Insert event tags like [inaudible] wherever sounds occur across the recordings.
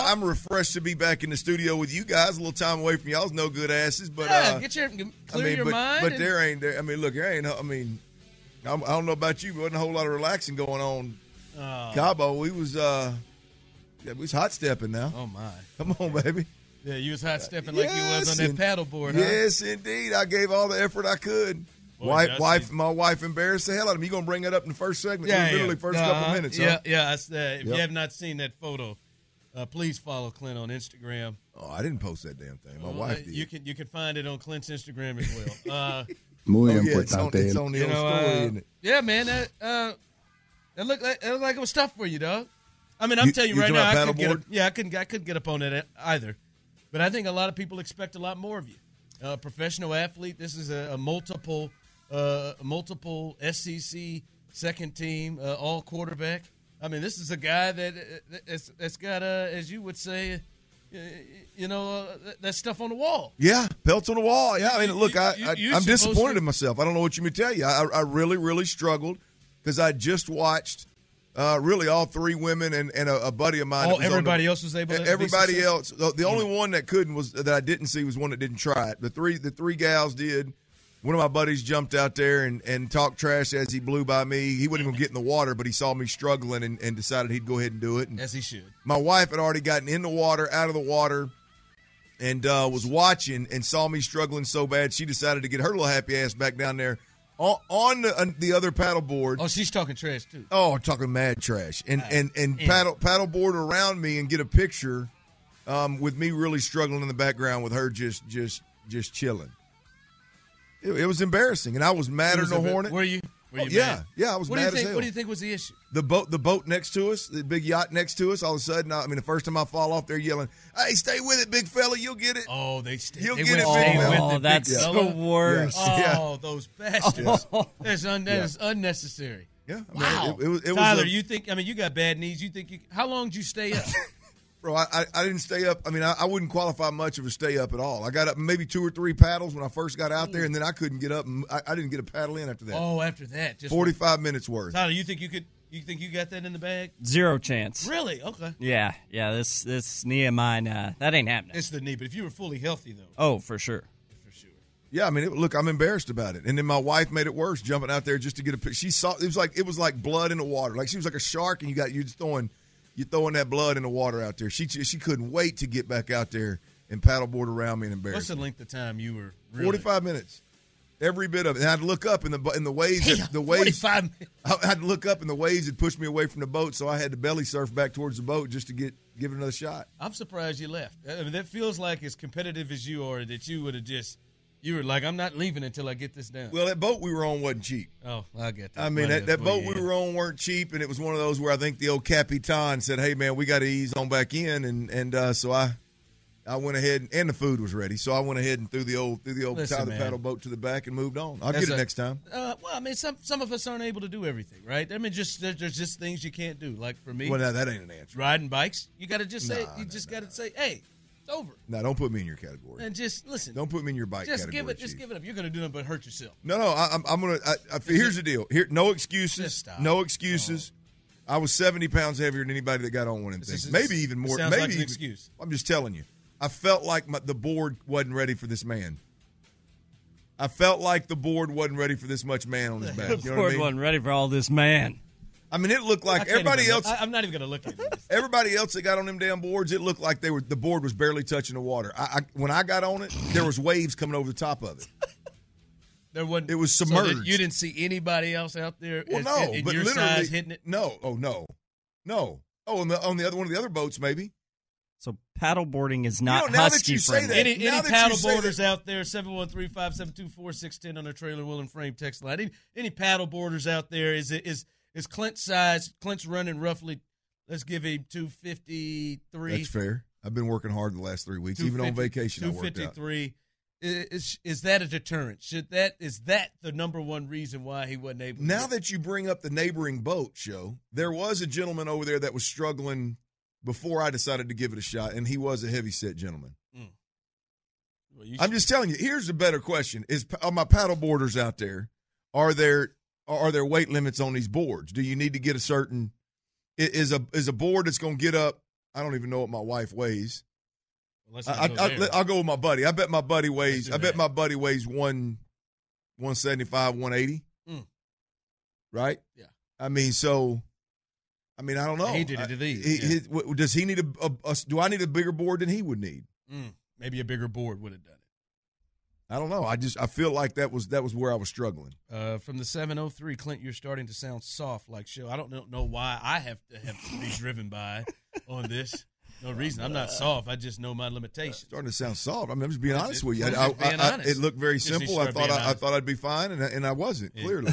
I'm refreshed to be back in the studio with you guys. A little time away from y'all's no good asses, but yeah, uh, get your clear I mean, your but, mind. but and- there ain't there. I mean, look, there ain't. I mean, I'm, I don't know about you, but wasn't a whole lot of relaxing going on. Oh. Cabo, we was uh, yeah, we was hot stepping now. oh my, Come on, baby. yeah, you was hot stepping like you was Yes, on and- that paddleboard. Yes, indeed. I gave all the effort I could. Boy, wife, Justin. wife, my wife embarrassed the hell out of me. You gonna bring that up in the first segment? Yeah, literally yeah. first Uh-huh. couple minutes. Yeah, huh? yeah. I s- uh, if Yep. you have not seen that photo, uh, please follow Clint on Instagram. Oh, I didn't post that damn thing. My Well, uh, wife did. You can you can find it on Clint's Instagram as [laughs] well. Uh, Muy oh, yeah, it's on, importante. it's on the you old know, story, uh, isn't it? yeah, man. That uh, that looked like that looked like it was tough for you, dog. I mean, I'm You- telling you you right talking now, I about could get up, paddleboard? yeah, I couldn't I couldn't get up on it either. But I think a lot of people expect a lot more of you. Uh, professional athlete. This is a, a multiple uh, multiple SEC second team uh, all quarterback. I mean, this is a guy that uh, that's, that's got uh, as you would say, uh, you know, uh, that- that stuff on the wall. Yeah, pelts on the wall. Yeah, I mean, You- look, I, you- I you I'm supposed disappointed to- in myself. I don't know what you mean to tell you. I, I really, really struggled because I just watched uh, really all three women and, and a, a buddy of mine. that All was on the- everybody else was able. to be everybody successful. else. The, the only one that couldn't was that I didn't see was one that didn't try it. The three the three gals did. One of my buddies jumped out there and, and talked trash as he blew by me. He wasn't gonna get in the water, but he saw me struggling and, and decided he'd go ahead and do it. And as he should. my wife had already gotten in the water, out of the water, and uh, was watching and saw me struggling so bad. She decided to get her little happy ass back down there on, on the, on the other paddle board. Oh, she's talking trash too. Oh, talking mad trash and and and yeah. paddle paddleboard around me and get a picture um, with me really struggling in the background with her just just just chilling. It, it was embarrassing, and I was mad Was at it- the hornet. Were you? Were you Oh, yeah, mad? yeah, I was what mad do you as think, hell. What do you think was the issue? the boat the boat next to us, the big yacht next to us. All of a sudden, I, I mean, the first time I fall off, they're yelling, "Hey, stay with it, big fella, you'll get it." Oh, they stayed. You'll they get went it, stay big with fella. the Oh, big that's fella. the worst. [laughs] Yeah. Oh, [laughs] those bastards! That's un- that is unnecessary. Yeah, I mean, Wow, it, it was, it was Tyler, a- you think? I mean, you got bad knees. You think you? How long did you [laughs] stay up? bro. I, I, I didn't stay up. I mean, I, I wouldn't qualify much of a stay up at all. I got up maybe two or three paddles when I first got out there, and then I couldn't get up. And I, I didn't get a paddle in after that. oh, after that, just Forty-five minutes worth. Tyler, you think you could? You think you got that in the bag? Zero chance. Really? Okay, Yeah, yeah. This this knee of mine, uh, that ain't happening. it's the knee. But if you were fully healthy, though, oh, for sure. for sure. Yeah, I mean, it, look, I'm embarrassed about it. And then my wife made it worse, jumping out there just to get a picture. She saw it was like it was like blood in the water. Like she was like a shark, and you got you just throwing you throwing that blood in the water out there. She she couldn't wait to get back out there and paddleboard around me and What's embarrass. the me. length of time you were? Really? Forty-five minutes, every bit of it. And I'd look up in the in the waves. Damn, the waves. Forty-five. minutes. I I had to look up, and the waves had pushed me away from the boat, so I had to belly surf back towards the boat just to get give it another shot. I'm surprised you left. I mean, that feels like as competitive as you are, that you would have just, you were like, I'm not leaving until I get this down. Well, that boat we were on wasn't cheap. oh, I get that. I mean, that, that boat we were on weren't cheap, and it was one of those where I think the old Capitan said, "Hey, man, we got to ease on back in," and and uh, so I. I went ahead and, and the food was ready, so I went ahead and threw the old threw the old Listen, tie the man. paddle boat to the back and moved on. I'll get it next time. Uh, well, I mean, some some of us aren't able to do everything, right? I mean, just there, there's just things you can't do. Like for me, Well, no, that ain't an answer. riding bikes, you got to just say, Nah, you nah, just got to say, hey, it's over, No, don't put me in your category. and just listen. Don't put me in your bike just category. give it, just Chief. give it up. You're gonna do nothing but hurt yourself. No, no, I, I'm, I'm gonna. I, I, here's the deal. Here, no excuses. stop. No excuses. I was 70 pounds heavier than anybody that got on one of them This things. is- Maybe even more. sounds maybe like an even- excuse. I'm just telling you. I felt like my, the board wasn't ready for this man. I felt like the board wasn't ready for this much man on [laughs] his back. You know what I Ford mean? wasn't ready for all this man. I mean, it looked I like can't everybody even else. Look, I, am not even gonna look at it. Everybody else that got on them damn boards, it looked like they were the board was barely touching the water. I, I when I got on it, there was waves coming over the top of it. There wasn't. It was so that submerged. you didn't see anybody else out there. Well, as- no, in, in but your literally size hitting it. No, oh no, no. Oh, on the on the other one of the other boats, maybe. So paddleboarding is know, not now that husky you say friendly. that- Any, now that any you paddle say boarders out there, 713 572 4610 on their trailer wheel and frame text line. Any, any paddle boarders out there, is it is is Clint's size, Clint's running roughly, let's give him 253. That's fair. I've been working hard the last three weeks, even on 250 vacation. I worked out. 253. I- Is, is that a deterrent? Should that is that the number one reason why he wasn't able? Now to that you bring up the neighboring boat show, there was a gentleman over there that was struggling before I decided to give it a shot, and he was a heavy set gentleman. Well, you I'm should- just telling you. Here's a better question: Is are my paddle boarders out there? Are there are there weight limits on these boards? Do you need to get a certain? i- Is a is a board that's going to get up? I don't even know what my wife weighs. Let's not I, go I, there. I, I'll go with my buddy. I bet my buddy weighs. do I bet that. my buddy weighs one, one seventy five, one eighty. Mm. Right. Yeah. I mean, so, I mean, I don't know. He did it to I- these, he- yeah. his- w- does he need a, a- a- Do I need a bigger board than he would need? Mm, maybe a bigger board would have done it. I don't know. I just I feel like that was that was where I was struggling. Uh, from the 703, Clint, you're starting to sound soft like show. I don't know, know why I have to have to be driven by on this. No reason. I'm not soft. I just know my limitations. Starting to sound soft. I mean, I'm just being Well, honest it- with you. I, well, I, just being I- I- honest. it looked very Just need to simple. I start thought being I, I honest. thought I'd be fine, and I, and I wasn't Yeah. clearly.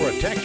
Protect